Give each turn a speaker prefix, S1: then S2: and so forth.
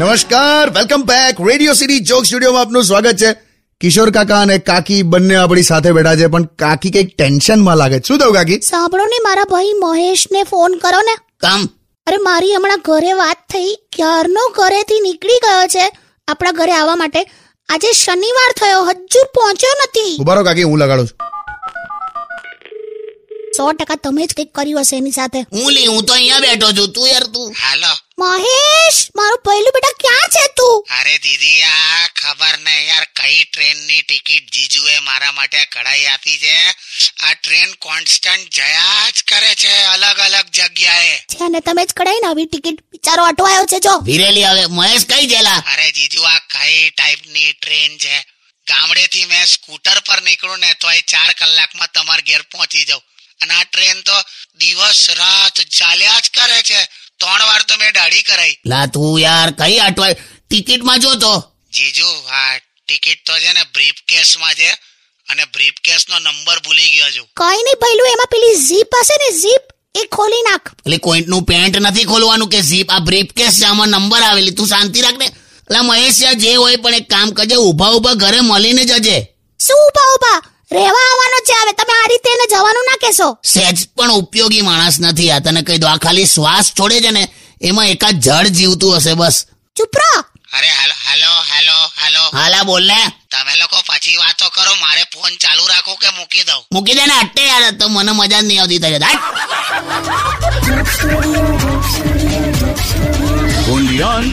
S1: નમસ્કાર welcome back radio city joke સ્ટુડિયોમાં આપનું સ્વાગત છે કિશોર કાકા અને કાકી બંને આપણી સાથે બેઠા છે પણ કાકી કંઈક ટેન્શનમાં લાગે છે. શું થયું કાકી
S2: સાંભળો ને મારા ભાઈ મહેશને ફોન કરો ને
S1: કામ
S2: અરે મારી હમણાં ઘરે વાત થઈ ક્યારનો ઘરેથી નીકળી ગયો છે આપણા ઘરે આવવા માટે આજે શનિવાર થયો હજુ પહોંચ્યો નથી
S1: ઉભારો કાકી હું લગાડું છું
S2: સો ટકા તમે જ કંઈક કર્યું હશે એની સાથે
S3: હું લી હું તો અહીંયા બેઠો છું તું યાર તું હાલો
S2: મહેશ મારું પહેલું બેટા ક્યાં છે તું
S3: અરે દીદી આ ખબર નહીં યાર કઈ ટ્રેનની ટિકિટ જીજુએ મારા માટે કઢાઈ આપી છે આ ટ્રેન કોન્સ્ટન્ટ જયા જ કરે છે અલગ અલગ જગ્યાએ
S2: છે ને તમે જ કઢાઈ ને આવી ટિકિટ બિચારો અટવાયો છે જો
S4: વીરેલી હવે મહેશ કઈ જેલા
S3: અરે જીજુ આ કઈ ટાઈપની ટ્રેન છે ગામડેથી મેં સ્કૂટર પર નીકળું ને તો એ ચાર કલાકમાં તમાર ઘેર પહોંચી જાઉં અને આ ટ્રેન તો દિવસ રાત ચાલ્યા જ કરે છે ત્રણ વાર તો મેં દાઢી કરાઈ
S4: લા તું યાર કઈ અટવાય ટિકિટમાં જોતો
S3: જીજુ આ ટિકિટ તો છે ને બ્રીફકેસમાં છે અને બ્રીફકેસનો નંબર ભૂલી ગયો છું
S2: કઈ નહીં પહેલું એમાં પેલી ઝીપ હશે ને ઝીપ એ ખોલી નાખ
S4: એટલે કોઈનું પેન્ટ નથી ખોલવાનું કે ઝીપ આ બ્રીફકેસ છે આમાં નંબર આવેલી તું શાંતિ રાખ ને એટલે મહેશ યાર જે હોય પણ એક કામ કરજે ઊભા ઊભા ઘરે મળીને જજે
S2: શું ઉભા ઉભા રહેવા આવવાનો છે હવે તમે આ રીતે એને જવાનું ના કહેશો
S4: સહેજ પણ ઉપયોગી માણસ નથી આ તને કહી દો આ ખાલી શ્વાસ છોડે છે ને એમાં એકાદ જળ જીવતું હશે બસ
S2: ચૂપ રહો
S3: અરે હાલો હાલો હાલો હાલો
S4: હાલા બોલ ને
S3: તમે લોકો પછી વાતો કરો મારે ફોન ચાલુ રાખો કે મૂકી દઉં
S4: મૂકી દે ને અટ્ટે યાર તો મને મજા જ નહીં આવતી તારી હાટ.
S5: only on